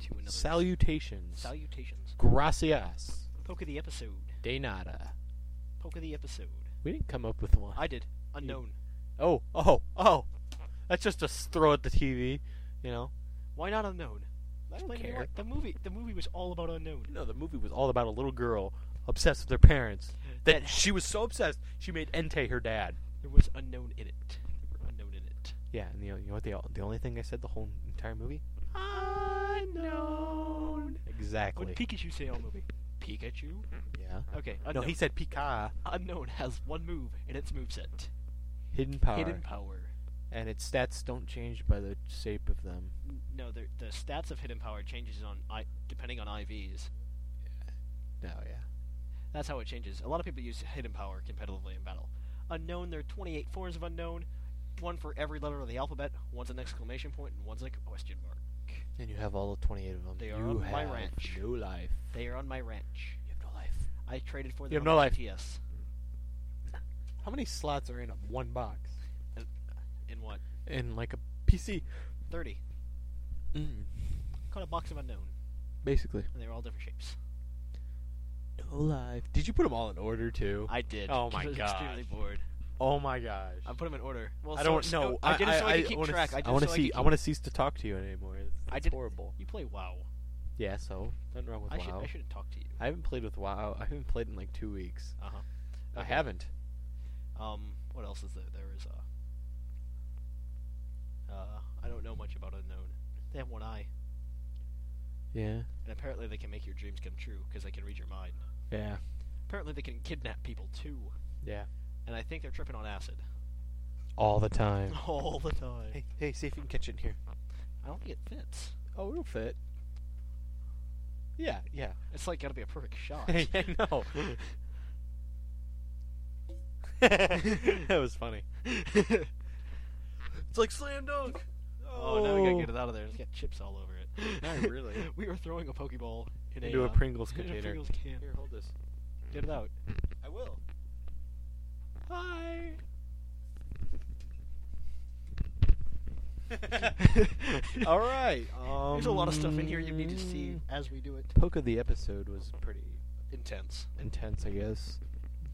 Speaker 4: to another
Speaker 5: Salutations.
Speaker 4: Salutations.
Speaker 3: *laughs*
Speaker 5: Gracias.
Speaker 4: Poke of the episode.
Speaker 5: De nada.
Speaker 4: Poke of the episode.
Speaker 5: We didn't come up with one.
Speaker 4: I did. Unknown.
Speaker 3: Oh oh oh. That's just a s- throw at the TV.
Speaker 5: you know.
Speaker 4: Why not unknown? Explain to me
Speaker 5: care.
Speaker 4: why- The movie, the movie was all about unknown.
Speaker 5: No, the movie was all about a little girl obsessed with her parents.
Speaker 3: That
Speaker 4: That-
Speaker 3: she was so obsessed, she made Entei her dad.
Speaker 4: There was unknown in it. There were unknown in it.
Speaker 5: Yeah, and you know, you know what? The, the only thing I said the whole entire movie. Unknown. Exactly.
Speaker 4: What did Pikachu say all movie? Pikachu?
Speaker 5: yeah.
Speaker 4: Okay.
Speaker 5: Mm-hmm. No,
Speaker 4: Unknown.
Speaker 5: he said Pika,
Speaker 4: unknown has one move in its moveset.
Speaker 5: hidden power,
Speaker 4: Hidden power.
Speaker 5: and its stats don't change by the shape of them.
Speaker 4: N- No, the the stats of hidden power changes on I depending on IVs.
Speaker 5: No, yeah.
Speaker 4: That's how it changes. A lot of people use hidden power competitively in battle. Unknown, there are 28 forms of unknown, one for every letter of the alphabet, one's an exclamation point, and one's a question mark.
Speaker 5: And you have all the 28 of them.
Speaker 4: They
Speaker 5: you
Speaker 4: are on
Speaker 5: have
Speaker 4: my ranch.
Speaker 5: no life.
Speaker 4: They are on my ranch.
Speaker 5: You have no life.
Speaker 4: I traded for them.
Speaker 5: You have
Speaker 4: on
Speaker 5: no
Speaker 4: my
Speaker 5: life.
Speaker 4: GTS.
Speaker 5: How many slots are in a one box?
Speaker 4: In what?
Speaker 5: In like a PC.
Speaker 4: 30.
Speaker 5: Mm,
Speaker 4: Caught a box of unknown,
Speaker 5: basically.
Speaker 4: and they were all different shapes.
Speaker 5: No life. Did you put them all in order too?
Speaker 4: I did. *laughs*
Speaker 5: Oh
Speaker 4: 'cause
Speaker 5: my
Speaker 4: I was Extremely
Speaker 5: gosh.
Speaker 4: bored.
Speaker 5: oh my gosh.
Speaker 4: I put them in order. Well,
Speaker 5: I
Speaker 4: so-
Speaker 5: don't
Speaker 4: so-
Speaker 5: know.
Speaker 4: I did it so I, could keep
Speaker 5: wanna
Speaker 4: track.
Speaker 5: s-
Speaker 4: I did
Speaker 5: I want
Speaker 4: to
Speaker 5: to see. I want to cease to talk to you anymore. It's,
Speaker 4: I
Speaker 5: it's
Speaker 4: did-
Speaker 5: horrible.
Speaker 4: You play WoW.
Speaker 5: Yeah, so nothing wrong with
Speaker 4: I,
Speaker 5: WoW.
Speaker 4: should, I shouldn't talk to you.
Speaker 5: I haven't played with WoW. I haven't played in like two weeks.
Speaker 4: Uh huh.
Speaker 5: I haven't.
Speaker 4: Um, what else is there? There is uh. Uh, I don't know much about unknown. They have one eye,
Speaker 5: Yeah.
Speaker 4: and apparently they can make your dreams come true because they can read your mind.
Speaker 5: Yeah.
Speaker 4: Apparently they can kidnap people too,
Speaker 5: Yeah.
Speaker 4: and I think they're tripping on acid
Speaker 5: *laughs* All the time.
Speaker 4: all the time.
Speaker 5: Hey, hey, see if you can catch it in here.
Speaker 4: I don't think it fits.
Speaker 5: Oh, it'll fit. Yeah, yeah.
Speaker 4: It's like gotta be a perfect shot.
Speaker 5: Hey, I know. that was funny.
Speaker 3: It's like slam dunk.
Speaker 4: Oh, now we gotta get it out of there. It's got chips all over it.
Speaker 5: *laughs* Not really.
Speaker 4: *laughs* we were throwing a Pokeball in
Speaker 5: Into
Speaker 4: a,
Speaker 5: a
Speaker 4: uh,
Speaker 5: Pringles
Speaker 4: in a
Speaker 5: container.
Speaker 4: Pringles can.
Speaker 3: Here, hold this.
Speaker 4: Get it out.
Speaker 3: I will.
Speaker 4: *laughs*
Speaker 5: Hi.
Speaker 3: All right.
Speaker 4: There's a lot of stuff in here you need to see as we do it.
Speaker 5: Poke of the episode was pretty
Speaker 4: Intense.
Speaker 5: intense, I guess.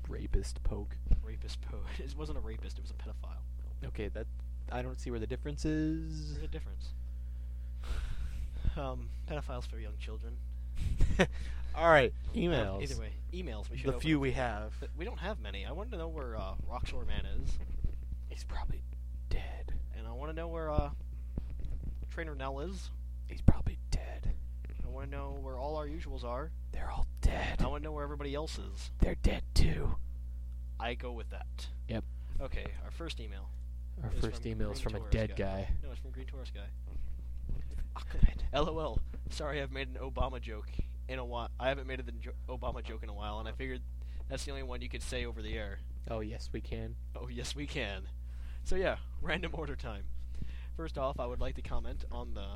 Speaker 5: Rapist poke.
Speaker 4: Rapist po. *laughs* It wasn't a rapist. It was a pedophile.
Speaker 5: Okay, that I don't see where the difference is.
Speaker 4: There's a *sighs* difference. Um, pedophiles for young children.
Speaker 6: All right,
Speaker 4: Well,
Speaker 6: emails.
Speaker 4: Either way, emails. We should
Speaker 6: the
Speaker 4: open.
Speaker 6: few we have.
Speaker 4: But we don't have many. I wanted to know where uh, Rockshore Man is,
Speaker 7: He's probably dead.
Speaker 4: and I want to know where uh, Trainer Nell is.
Speaker 7: He's probably dead.
Speaker 4: I want to know where all our usuals are.
Speaker 7: They're all dead.
Speaker 6: Oh.
Speaker 4: I want to know where everybody else is.
Speaker 7: They're dead too.
Speaker 4: I go with that.
Speaker 6: Yep.
Speaker 4: Okay, our first email.
Speaker 6: Our
Speaker 4: It's
Speaker 6: first
Speaker 4: from
Speaker 6: email is
Speaker 4: Green
Speaker 6: from a
Speaker 4: Taurus
Speaker 6: dead
Speaker 4: guy.
Speaker 6: guy.
Speaker 4: No, it's from Green Taurus Guy.
Speaker 6: *laughs*
Speaker 4: LOL. Sorry, I've made an Obama joke in a while. I haven't made an jo- Obama joke in a while, and I figured that's the only one you could say over the air.
Speaker 6: Oh yes, we can.
Speaker 4: Oh, yes, we can. So, yeah, random order time. First off, I would like to comment on the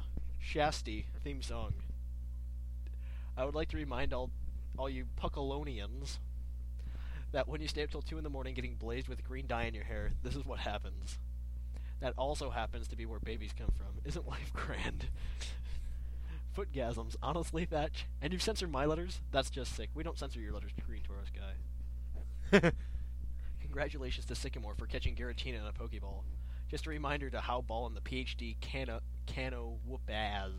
Speaker 4: Shasty theme song. I would like to remind all, all you Puckalonians that when you stay up till 2 in the morning getting blazed with green dye in your hair, this is what happens. That also happens to be where babies come from. Isn't life *laughs* grand? Footgasms, honestly, Thatch. And you censor my letters? That's just sick. We don't censor your letters, Green Taurus guy. Congratulations to Sycamore for catching Giratina in a Pokeball. Just a reminder to how ball and the PhD Cano Cano Whoopaz uh,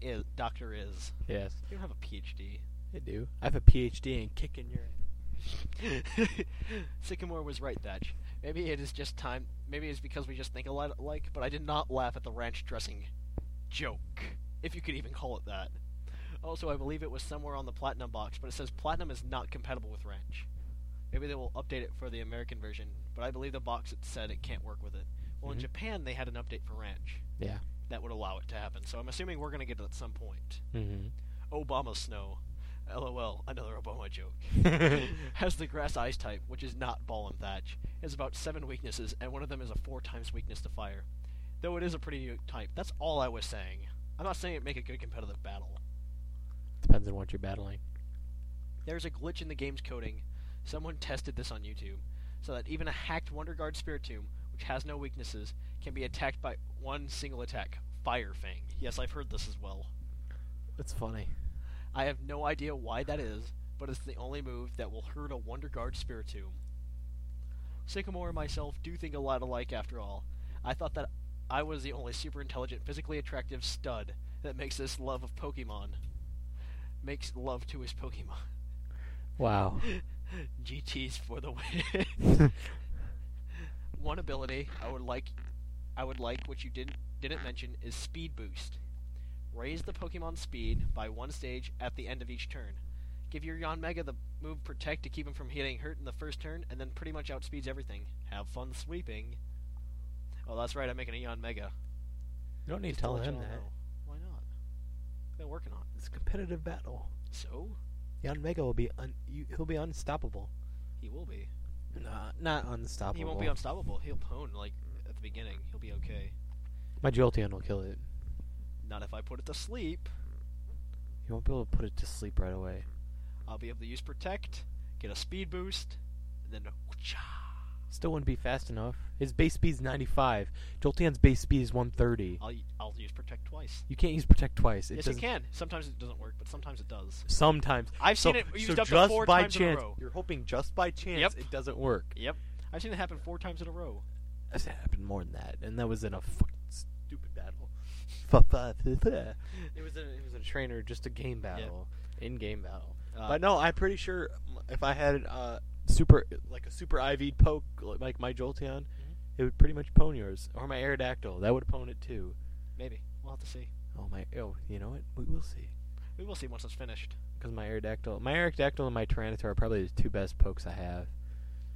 Speaker 4: is Doctor is.
Speaker 6: Yes,
Speaker 4: You don't have a PhD.
Speaker 6: I do. I have a PhD in kicking your.
Speaker 4: *laughs* Sycamore was right, Thatch. Maybe it is just time. Maybe it's because we just think a lot alike. But I did not laugh at the ranch dressing joke, if you could even call it that. Also, I believe it was somewhere on the platinum box, but it says platinum is not compatible with ranch. Maybe they will update it for the American version, but I believe the box it said it can't work with it. Well, in Japan they had an update for ranch
Speaker 6: Yeah.
Speaker 4: that would allow it to happen, so I'm assuming we're gonna get it at some point.
Speaker 6: Mm-hmm.
Speaker 4: Obama snow. LOL, another Obama joke. Has the grass ice type, which is not ball and thatch. It has about seven weaknesses, and one of them is a four times weakness to fire. Though it is a pretty unique type. That's all I was saying. I'm not saying it make a good competitive battle.
Speaker 6: Depends on what you're battling.
Speaker 4: There's a glitch in the game's coding. Someone tested this on YouTube, so that even a hacked Wonder Guard Spirit Tomb, which has no weaknesses, can be attacked by one single attack, Fire Fang. Yes, I've heard this as well.
Speaker 6: It's funny.
Speaker 4: I have no idea why that is, but it's the only move that will hurt a Wonder Guard Spiritomb. Sycamore and myself do think a lot alike after all. I thought that I was the only super intelligent, physically attractive stud that makes this love of Pokemon. Makes love to his Pokemon.
Speaker 6: Wow.
Speaker 4: GT's for the win.
Speaker 6: *laughs*
Speaker 4: One ability I would like, I would like what you didn't didn't mention is speed boost. Raise the Pokemon's speed by one stage at the end of each turn. Give your Yon Mega the move Protect to keep him from getting hurt in the first turn, and then pretty much outspeeds everything. Have fun sweeping. Oh, that's right. I'm making a Yon Mega.
Speaker 6: You don't need
Speaker 4: Just
Speaker 6: to tell
Speaker 4: let
Speaker 6: him
Speaker 4: y'all
Speaker 6: that.
Speaker 4: know. Why not? I've been working on it.
Speaker 6: It's a competitive battle.
Speaker 4: So
Speaker 6: Yon Mega will be un- you, he'll be unstoppable.
Speaker 4: he will be.
Speaker 6: Nah, not unstoppable.
Speaker 4: He won't be unstoppable. He'll pwn like at the beginning. He'll be okay.
Speaker 6: My Jolteon will kill it.
Speaker 4: Not if I put it to sleep.
Speaker 6: You won't be able to put it to sleep right away.
Speaker 4: I'll be able to use Protect, get a speed boost, and then whoosh,
Speaker 6: Still wouldn't be fast enough. His base speed is 95. Jolteon's base speed is 130.
Speaker 4: I'll I'll use Protect twice.
Speaker 6: You can't use Protect twice. It
Speaker 4: yes, you
Speaker 6: doesn't-
Speaker 4: can. Sometimes it doesn't work, but sometimes it does.
Speaker 6: Sometimes.
Speaker 4: I've
Speaker 6: so,
Speaker 4: seen it used
Speaker 6: so
Speaker 4: up to
Speaker 6: just
Speaker 4: four
Speaker 6: by
Speaker 4: times in a
Speaker 6: chance,
Speaker 4: row.
Speaker 6: You're hoping just by chance
Speaker 4: Yep.
Speaker 6: it doesn't work.
Speaker 4: Yep. I've seen it happen four times in a row.
Speaker 6: That's happened more than that, and that was in a fucking stupid battle. *laughs* it was a, it was a trainer, just a game battle, in-game battle.
Speaker 4: Uh,
Speaker 6: but no, I'm pretty sure m- if I had uh, super like a super IV poke li- like my Jolteon, it would pretty much pwn yours, or my Aerodactyl. That would pwn it too.
Speaker 4: Maybe we'll have to see.
Speaker 6: Oh my! Oh, you know what? We will see.
Speaker 4: We will see once it's finished.
Speaker 6: Because my Aerodactyl, my Aerodactyl and my Tyranitar are probably the two best pokes I have.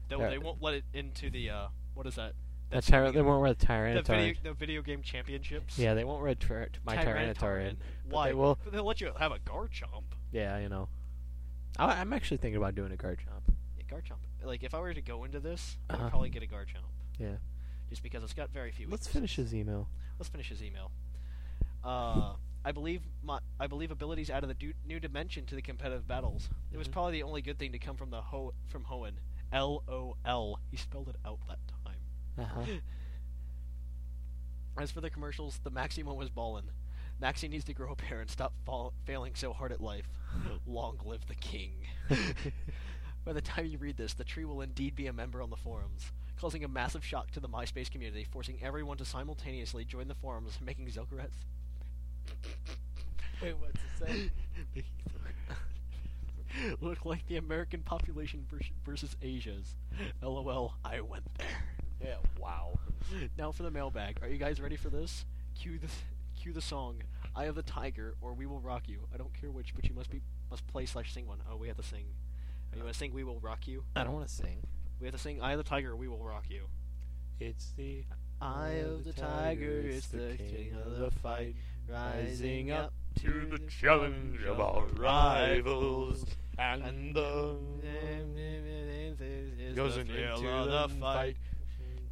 Speaker 4: Though
Speaker 6: Yeah.
Speaker 4: they won't let it into the uh, what is that?
Speaker 6: That tyra- they won't wear the
Speaker 4: The
Speaker 6: Tyranitar.
Speaker 4: video, the video game championships.
Speaker 6: Yeah, they won't red tra- my Tyranitar, in. but
Speaker 4: Why?
Speaker 6: They will.
Speaker 4: But they'll let you have a Garchomp.
Speaker 6: Yeah, you know. I, I'm actually thinking about doing a card chomp.
Speaker 4: Yeah, Garchomp. Like if I were to go into this, I
Speaker 6: Uh-huh.
Speaker 4: would probably get a Garchomp,
Speaker 6: Yeah.
Speaker 4: just because it's got very few.
Speaker 6: Let's
Speaker 4: weaknesses.
Speaker 6: finish his email.
Speaker 4: Let's finish his email. Uh, I believe my, I believe abilities added a du- new dimension to the competitive battles. It was probably the only good thing to come from the Ho- from Hoenn. L O L. He spelled it out that time.
Speaker 6: Uh-huh.
Speaker 4: As for the commercials, the Maxi one was ballin'. Maxi needs to grow a pair and stop fall- failing so hard at life. Long live the king. By the time you read this, the tree will indeed be a member on the forums, causing a massive shock to the MySpace community, forcing everyone to simultaneously join the forums, *laughs* making Zilkerets. Wait, what's it say? *laughs* Look like the American population vers- versus Asia's. *laughs* LOL, I went there. *laughs* Yeah, wow. Now for the mailbag. Are you guys ready for this? Cue the cue the song. Eye of the Tiger or We Will Rock You. I don't care which, but you must be must play slash sing one. Oh, we have to sing. Uh, You want to sing We Will Rock You?
Speaker 5: I don't want to sing.
Speaker 4: We have to sing Eye of the Tiger or We Will Rock You.
Speaker 5: It's the
Speaker 4: Eye of the tiger is the king of the fight, rising up to the challenge of our rivals.
Speaker 5: and the
Speaker 4: Goes into the fight,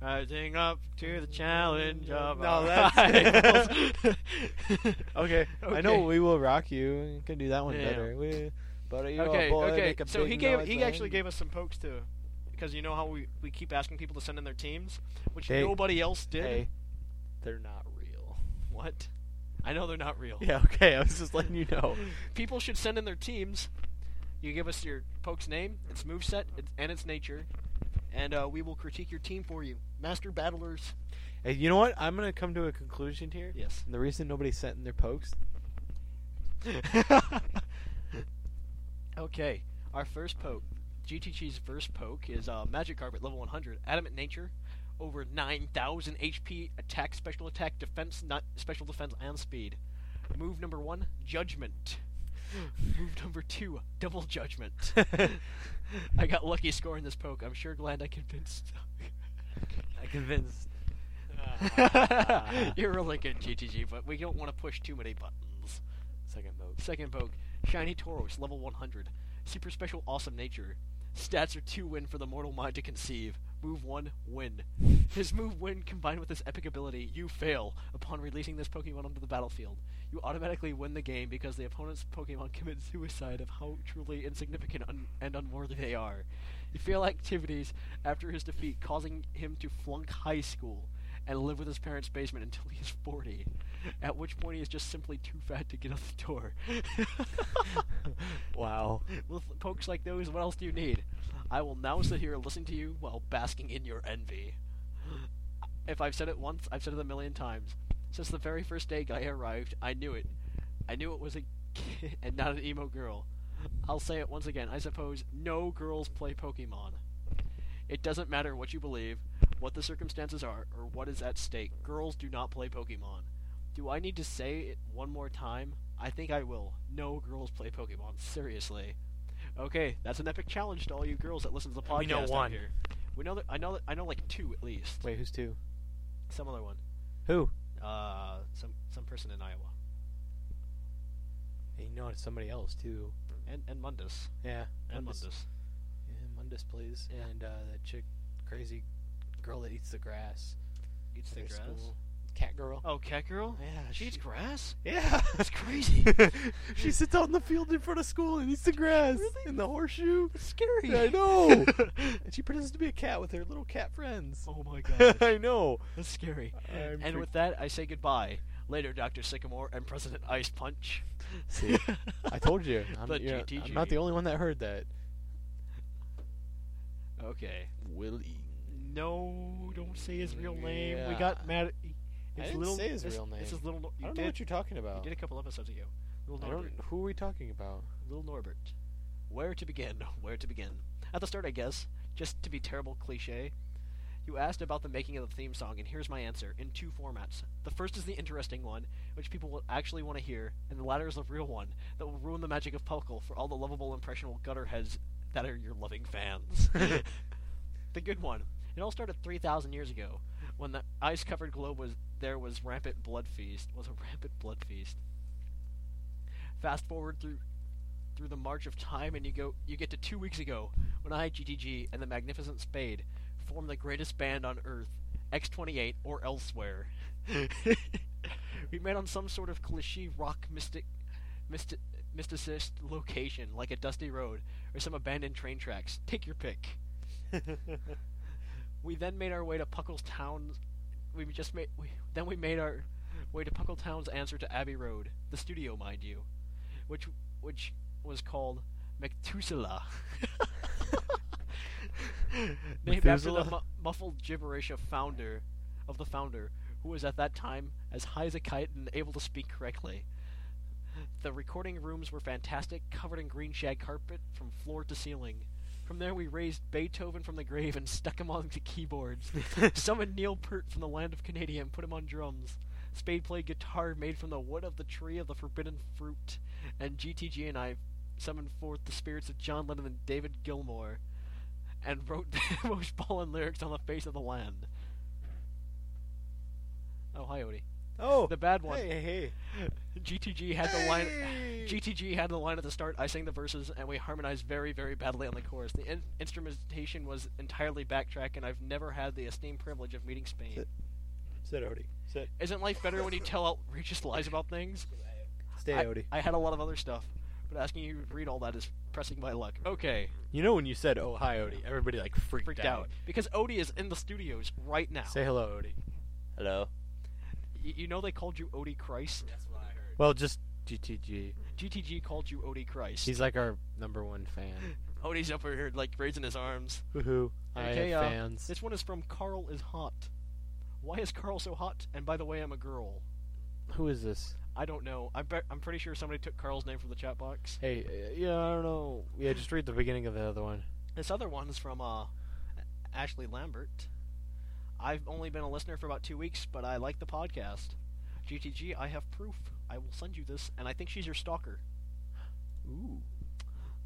Speaker 4: rising up to the challenge of
Speaker 5: No,
Speaker 4: our
Speaker 5: that's-
Speaker 4: rivals.
Speaker 5: *laughs* Okay, I know we will rock you. You can do that one
Speaker 4: Yeah.
Speaker 5: better. We, but you
Speaker 4: okay,
Speaker 5: a boy,
Speaker 4: okay.
Speaker 5: make a
Speaker 4: So he
Speaker 5: big
Speaker 4: gave
Speaker 5: noise
Speaker 4: he
Speaker 5: and-
Speaker 4: actually gave us some pokes too, because you know how we, we keep asking people to send in their teams, which
Speaker 5: Hey.
Speaker 4: nobody else did.
Speaker 5: Hey, they're not real.
Speaker 4: What? I know they're not real.
Speaker 5: *laughs* Yeah, okay. I was just letting you
Speaker 4: *laughs*
Speaker 5: know.
Speaker 4: People should send in their teams. You give us your poke's name, its moveset, its, and its nature, and uh, we will critique your team for you. Master battlers.
Speaker 5: Hey, you know what? I'm gonna come to a conclusion here.
Speaker 4: Yes.
Speaker 5: And the reason nobody sent in their pokes.
Speaker 4: *laughs* okay, our first poke, GTG's first poke, is uh, Magic Carpet, level 100, Adamant Nature, over 9,000 HP, attack, special attack, defense, not special defense, and speed. Move number one, Judgment. Move number two, Double Judgment. *laughs* I got lucky scoring this poke. I'm sure glad I convinced. *laughs*
Speaker 5: I convinced.
Speaker 4: You're really good, GTG, but we don't want to push too many buttons.
Speaker 5: Second poke.
Speaker 4: Second poke, Shiny Tauros, level 100. Super special, awesome nature. Stats are 2 win for the mortal mind to conceive. Move 1, win. His move win combined with his epic ability, you fail. Upon releasing this Pokemon onto the battlefield, you automatically win the game because the opponent's Pokemon commit suicide of how truly insignificant un- and unworthy they are. You fail activities after his defeat, causing him to flunk high school and live with his parents' basement until he is 40. At which point he is just simply too fat to get out the door. *laughs*
Speaker 5: Wow.
Speaker 4: With pokes like those, what else do you need? I will now sit here and listen to you while basking in your envy. If I've said it once, I've said it a million times. Since the very first day Gaia arrived, I knew it. I knew it was a kid *laughs* and not an emo girl. I'll say it once again. I suppose no girls play Pokemon. It doesn't matter what you believe, what the circumstances are, or what is at stake. Girls do not play Pokemon. Do I need to say it one more time? I think I will. No girls play Pokemon. Seriously. Okay, that's an epic challenge to all you girls that listen to the podcast.
Speaker 6: We know
Speaker 4: out
Speaker 6: one.
Speaker 4: here. We know that I know that I know like two at least.
Speaker 5: Wait, who's two?
Speaker 4: Some other one.
Speaker 5: Who?
Speaker 4: Uh, some some person in Iowa.
Speaker 5: Hey, you know it's somebody else too.
Speaker 4: And and Mundus.
Speaker 5: Yeah.
Speaker 4: And Mundus.
Speaker 5: Yeah, Mundus plays.
Speaker 4: Yeah.
Speaker 5: And uh, that chick, crazy girl that eats the grass.
Speaker 4: Eats
Speaker 5: at
Speaker 4: the
Speaker 5: her
Speaker 4: grass.
Speaker 5: school. Cat girl.
Speaker 4: Oh, cat girl.
Speaker 5: Yeah,
Speaker 4: she
Speaker 5: she-
Speaker 4: eats
Speaker 5: *laughs*
Speaker 4: grass.
Speaker 5: Yeah,
Speaker 4: *laughs* That's crazy.
Speaker 5: *laughs* she sits out in the field in front of school and eats the grass in the horseshoe.
Speaker 4: Scary.
Speaker 5: I
Speaker 4: *laughs*
Speaker 5: know. and she pretends to be a cat with her little cat friends.
Speaker 4: Oh
Speaker 5: *laughs*
Speaker 4: my god.
Speaker 5: I know.
Speaker 4: That's scary.
Speaker 5: I'm
Speaker 4: Uh, and
Speaker 5: freak-
Speaker 4: with that, I say goodbye. Later, Doctor Sycamore and President Ice Punch. *laughs*
Speaker 5: See, I told you. I'm,
Speaker 4: The
Speaker 5: you're- I'm
Speaker 4: GTG.
Speaker 5: not the only one that heard that.
Speaker 4: Okay.
Speaker 5: Willie.
Speaker 4: No, don't say his real name. We
Speaker 5: Yeah.
Speaker 4: got mad. At, it's
Speaker 5: didn't
Speaker 4: little,
Speaker 5: say his
Speaker 4: it's-
Speaker 5: real name.
Speaker 4: It's his little. No-
Speaker 5: I
Speaker 4: You
Speaker 5: don't
Speaker 4: did.
Speaker 5: know what you're talking
Speaker 4: you
Speaker 5: about.
Speaker 4: did a couple episodes ago. Little
Speaker 5: I
Speaker 4: Norbert.
Speaker 5: don't. Who are we talking about?
Speaker 4: Little Norbert. Where to begin? *laughs* Where to begin? At the start, I guess, just to be terrible cliche, you asked about the making of the theme song, and here's my answer in two formats. The first is the interesting one, which people will actually want to hear, and the latter is the real one that will ruin the magic of Puckle for all the lovable, impressionable gutterheads that are your loving fans. *laughs* the good one. It all started 3,000 years ago, when the ice-covered globe was there was rampant blood feast was a rampant blood feast. Fast forward through through the march of time and you go you get to two weeks ago when I, GTG, and the Magnificent Spade formed the greatest band on Earth, X twenty eight or elsewhere. *laughs* we met on some sort of cliche rock mystic mystic mysticist location, like a dusty road or some abandoned train tracks. Take your pick. we then made our way to Puckle's Town's we just made we, then we made our way to Puckle Town's answer to Abbey Road, the studio, mind you, which which was called Methuselah. *laughs* Named after the
Speaker 5: Methuselah?
Speaker 4: mu- muffled gibberish of founder of the founder, who was at that time as high as a kite and able to speak correctly. The recording rooms were fantastic, covered in green shag carpet from floor to ceiling. From there, we raised Beethoven from the grave and *laughs* stuck him on the keyboards. Summoned Neil Peart from the land of Canada and put him on drums. Spade played guitar made from the wood of the tree of the forbidden fruit. And GTG and I summoned forth the spirits of John Lennon and David Gilmour and wrote *laughs* the most ballin' lyrics on the face of the land. Oh, hi, Odie.
Speaker 6: Oh,
Speaker 4: The bad one.
Speaker 6: Hey, hey, hey.
Speaker 4: GTG had the line.
Speaker 6: Hey!
Speaker 4: GTG had the line at the start. I sang the verses, and we harmonized very, very badly on the chorus. The in- instrumentation was entirely backtrack, and I've never had the esteemed privilege of meeting Spain.
Speaker 6: Sit, Odie. Sit.
Speaker 4: Isn't life better when you tell outrageous lies about things?
Speaker 6: Stay,
Speaker 4: I,
Speaker 6: Odie.
Speaker 4: I had a lot of other stuff, but asking you to read all that is pressing my luck. Okay,
Speaker 6: You know when you said, "Oh, hi, Odie," everybody like freaked,
Speaker 4: freaked out because Odie is in the studios right now.
Speaker 6: Say hello, Odie.
Speaker 3: Hello.
Speaker 4: Y- you know they called you Odie Christ.
Speaker 6: Well, just GTG.
Speaker 4: GTG called you Odie Christ.
Speaker 6: He's like our number one fan.
Speaker 4: Odie's up here like raising his arms.
Speaker 6: *laughs* Woohoo! I
Speaker 4: Okay,
Speaker 6: have
Speaker 4: uh,
Speaker 6: fans.
Speaker 4: This one is from Carl is hot. Why is Carl so hot? And by the way, I'm a girl.
Speaker 6: Who is this?
Speaker 4: I don't know. I bet I'm pretty sure somebody took Carl's name from the chat box.
Speaker 6: Hey, uh, yeah, I don't know. Yeah, just read the beginning of the other one.
Speaker 4: This other one's from uh, Ashley Lambert. I've only been a listener for about two weeks, but I like the podcast. GTG, I have proof. I will send you this, and I think she's your stalker.
Speaker 6: Ooh,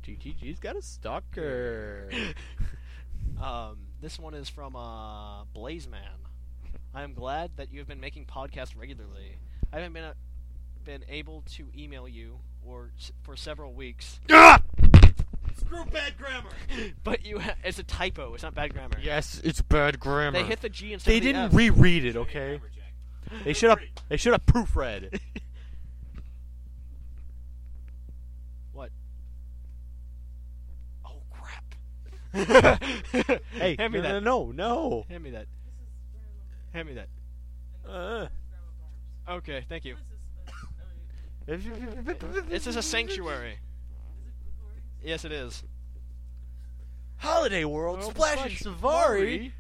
Speaker 6: GTG's got a *laughs* stalker.
Speaker 4: Um, this one is from uh, Blazeman. I am glad that you have been making podcasts regularly. I haven't been uh been able to email you or s- for several weeks,
Speaker 6: Ah!
Speaker 3: Screw bad grammar.
Speaker 4: *laughs* but you ha- it's a typo. It's not bad grammar.
Speaker 6: yes, it's bad grammar.
Speaker 4: They hit the G instead
Speaker 6: They
Speaker 4: of the
Speaker 6: didn't
Speaker 4: F.
Speaker 6: reread it, okay? They should have. They should have proofread.
Speaker 4: what? Oh crap!
Speaker 6: *laughs* hey,
Speaker 4: hand me
Speaker 6: no,
Speaker 4: that.
Speaker 6: no, no,
Speaker 4: Hand me that. Hand me that.
Speaker 6: no. Uh,
Speaker 4: Okay, thank you.
Speaker 6: this
Speaker 4: This is a sanctuary. Yes, it is.
Speaker 6: Holiday World
Speaker 4: Splash
Speaker 6: Splash and Savari.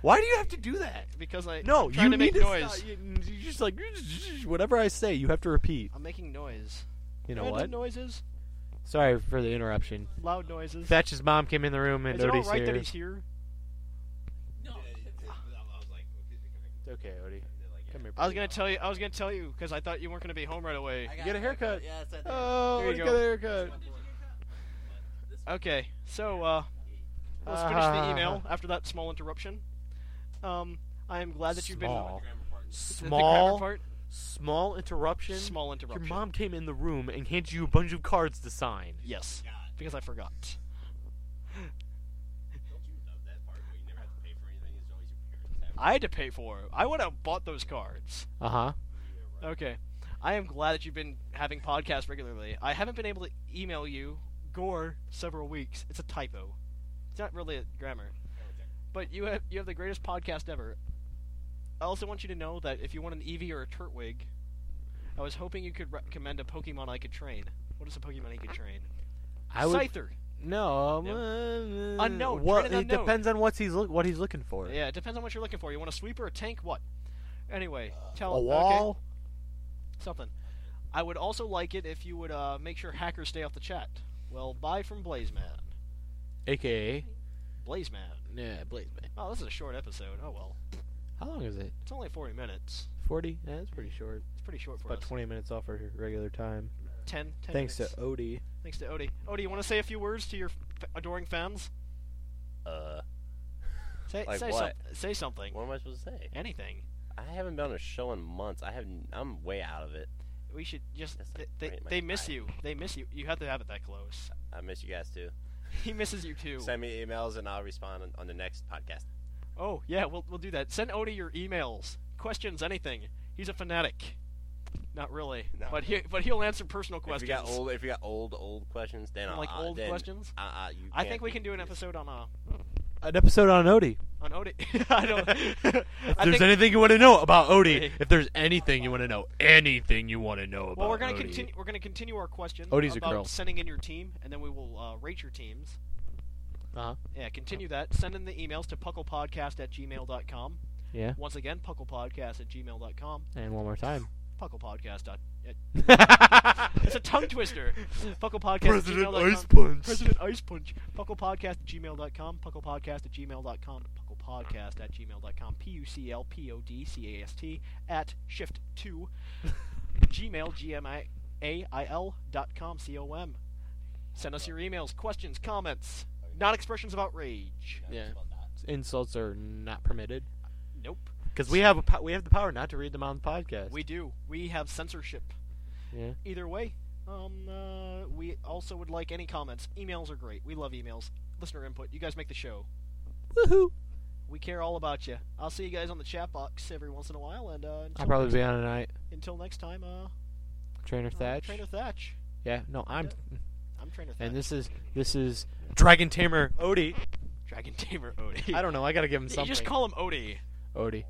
Speaker 6: Why do you have to do that?
Speaker 4: Because I
Speaker 6: No,
Speaker 4: I'm trying
Speaker 6: you
Speaker 4: to make
Speaker 6: need
Speaker 4: noise.
Speaker 6: To stop. You, you just like *laughs* whatever I say, you have to repeat.
Speaker 4: I'm making noise.
Speaker 6: You know
Speaker 4: Random
Speaker 6: what?
Speaker 4: noises,
Speaker 6: Sorry for the interruption.
Speaker 4: loud noises.
Speaker 6: Thatch's mom came in the room and
Speaker 4: Is it all
Speaker 6: Odie's
Speaker 4: right
Speaker 6: here.
Speaker 4: that he's here?
Speaker 6: It's okay, Odie. Come here.
Speaker 4: I was gonna tell you. I was gonna tell you because I thought you weren't gonna be home right away.
Speaker 6: Get a haircut.
Speaker 3: Yeah, it's that
Speaker 6: Oh,
Speaker 4: There you
Speaker 6: Odie
Speaker 4: go.
Speaker 6: got a haircut.
Speaker 4: Okay, so uh, let's finish the email after that small interruption. Um, I am glad that you've
Speaker 6: Small,
Speaker 4: been the grammar
Speaker 6: small,
Speaker 4: part.
Speaker 6: small interruption.
Speaker 4: Small
Speaker 6: Your
Speaker 4: interruption.
Speaker 6: mom came in the room and handed you a bunch of cards to sign.
Speaker 4: Yes, because I forgot. *laughs* I had to pay for it. I would have bought those cards.
Speaker 6: Uh
Speaker 5: Uh-huh.
Speaker 6: huh.
Speaker 4: Okay. I am glad that you've been having podcasts regularly. I haven't been able to email you, Gore, several weeks. It's a typo. It's not really a grammar. But you have you have the greatest podcast ever. I also want you to know that if you want an Eevee or a Turtwig, I was hoping you could recommend a Pokemon I could train. What is a Pokemon you could train?
Speaker 6: I would.
Speaker 4: Scyther.
Speaker 6: No.
Speaker 4: Yeah.
Speaker 6: um,
Speaker 4: Unknown,
Speaker 6: What,
Speaker 4: train
Speaker 6: it
Speaker 4: an unknown.
Speaker 6: depends on what's he's look what he's looking for.
Speaker 4: Yeah, it depends on what you're looking for. You want a sweeper, a tank, what? Anyway, tell
Speaker 6: A
Speaker 4: okay.
Speaker 6: wall.
Speaker 4: something. I would also like it if you would uh, make sure hackers stay off the chat. Well, bye from Blazeman.
Speaker 6: AKA.
Speaker 4: Blazeman.
Speaker 6: Yeah, Blaze Man.
Speaker 4: Oh, this is a short episode. Oh well,
Speaker 6: How long is it?
Speaker 4: it's only 40 minutes.
Speaker 6: 40? Yeah, that's pretty short.
Speaker 4: It's pretty short for
Speaker 6: About
Speaker 4: us.
Speaker 6: 20 minutes off our regular time.
Speaker 4: 10, 10
Speaker 6: Thanks uh, to
Speaker 4: minutes.
Speaker 6: Odie.
Speaker 4: thanks to Odie. Odie, you want to say a few words to your f- adoring fans?
Speaker 3: Uh,
Speaker 4: *laughs* Say
Speaker 3: Like
Speaker 4: say,
Speaker 3: what?
Speaker 4: some- say something.
Speaker 3: what am I supposed to say?
Speaker 4: Anything.
Speaker 3: I haven't been on a show in months. I have. n- I'm way out of it.
Speaker 4: We should just.
Speaker 3: That's
Speaker 4: They,
Speaker 3: like
Speaker 4: they,
Speaker 3: right in my
Speaker 4: they miss
Speaker 3: eye.
Speaker 4: you. They miss you. You have to have it that close. *laughs*
Speaker 3: I miss you guys too.
Speaker 4: He misses you too.
Speaker 3: Send me emails and I'll respond on, on the next podcast.
Speaker 4: Oh yeah, we'll we'll do that. Send Odie your emails, questions, anything. He's a fanatic. Not really,
Speaker 3: No.
Speaker 4: but he but he'll answer personal questions.
Speaker 3: If you got old, if you got old, old questions, then I'll,
Speaker 4: Like
Speaker 3: uh,
Speaker 4: old
Speaker 3: then,
Speaker 4: questions?
Speaker 3: Uh, uh, you
Speaker 4: I
Speaker 3: can't
Speaker 4: think we
Speaker 3: be-
Speaker 4: can do an
Speaker 3: you-
Speaker 4: episode on uh
Speaker 6: An episode on Odie.
Speaker 4: on Odie. *laughs*
Speaker 3: *laughs*
Speaker 4: I don't.
Speaker 6: If
Speaker 4: I
Speaker 6: there's
Speaker 4: think,
Speaker 6: anything you want to know about Odie,
Speaker 4: Hey.
Speaker 6: if there's anything you want to know, anything you want to know about
Speaker 4: well, we're gonna
Speaker 6: Odie.
Speaker 4: continue. We're gonna continue our question
Speaker 6: Odie's a
Speaker 4: about
Speaker 6: girl.
Speaker 4: sending in your team, and then we will uh, rate your teams.
Speaker 6: Uh-huh.
Speaker 4: Yeah, continue that. Send in the emails to pucklepodcast at gmail.com.
Speaker 6: Yeah.
Speaker 4: Once again, pucklepodcast at gmail.com.
Speaker 6: And one more time.
Speaker 4: Pucklepodcast. dot- it-
Speaker 5: it's
Speaker 3: *laughs*
Speaker 4: *laughs* It's a tongue twister. Pucklepodcast.
Speaker 3: President
Speaker 4: at gmail dot
Speaker 3: Ice
Speaker 4: com.
Speaker 3: Punch.
Speaker 4: President Ice Punch. Pucklepodcast at gmail.com. Pucklepodcast at gmail.com. Pucklepodcast at gmail.com. P U C L P O D C A S T at shift
Speaker 3: *laughs*
Speaker 4: two. Gmail, G M I A I L dot com. C O M. Send us your emails, questions, comments, not expressions of outrage.
Speaker 5: Yeah. Insults are not permitted
Speaker 4: Nope.
Speaker 5: because we have a po- we have the power not to read them on the podcast.
Speaker 4: We do. We have censorship.
Speaker 5: yeah.
Speaker 4: either way. Um, uh, we also would like any comments. Emails are great. We love emails. Listener input. You guys make the show.
Speaker 5: Woohoo!
Speaker 4: We care all about you. I'll see you guys on the chat box every once in a while, and uh,
Speaker 5: I'll
Speaker 4: until,
Speaker 5: probably be on tonight.
Speaker 4: until next time, uh, uh,
Speaker 5: Trainer Thatch.
Speaker 4: Trainer Thatch.
Speaker 5: yeah. No, I'm.
Speaker 4: I'm Trainer Thatch.
Speaker 5: And this is this is Dragon Tamer Odie.
Speaker 4: Dragon
Speaker 5: *laughs*
Speaker 4: Tamer Odie.
Speaker 5: I don't know. I gotta give him
Speaker 4: You
Speaker 5: something.
Speaker 4: just call him Odie.
Speaker 5: Odie.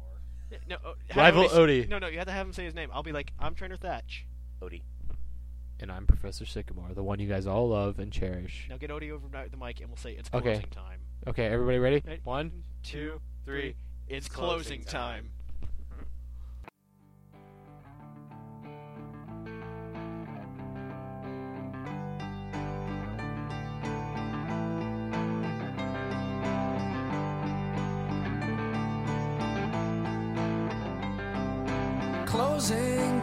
Speaker 4: No, O- have
Speaker 5: Rival
Speaker 4: Odie say-
Speaker 5: Odie.
Speaker 4: No, no, you have to have him say his name. I'll be like, I'm Trainer Thatch.
Speaker 3: Odie.
Speaker 5: And I'm Professor Sycamore, the one you guys all love and cherish.
Speaker 4: Now get Odie over the mic, and we'll say it's
Speaker 5: Okay.
Speaker 4: closing time.
Speaker 5: Okay, everybody ready?
Speaker 4: Right.
Speaker 5: One.
Speaker 4: Two,
Speaker 5: three.
Speaker 4: It's closing time.
Speaker 1: Closing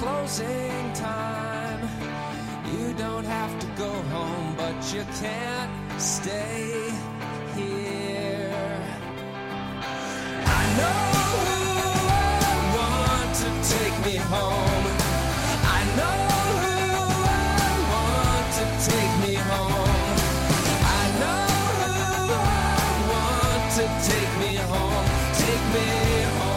Speaker 1: closing time. You don't have to go home, but you can't stay here. I know who I want to take me home. I know who I want to take me home. I know who I want to take me home. Take me home.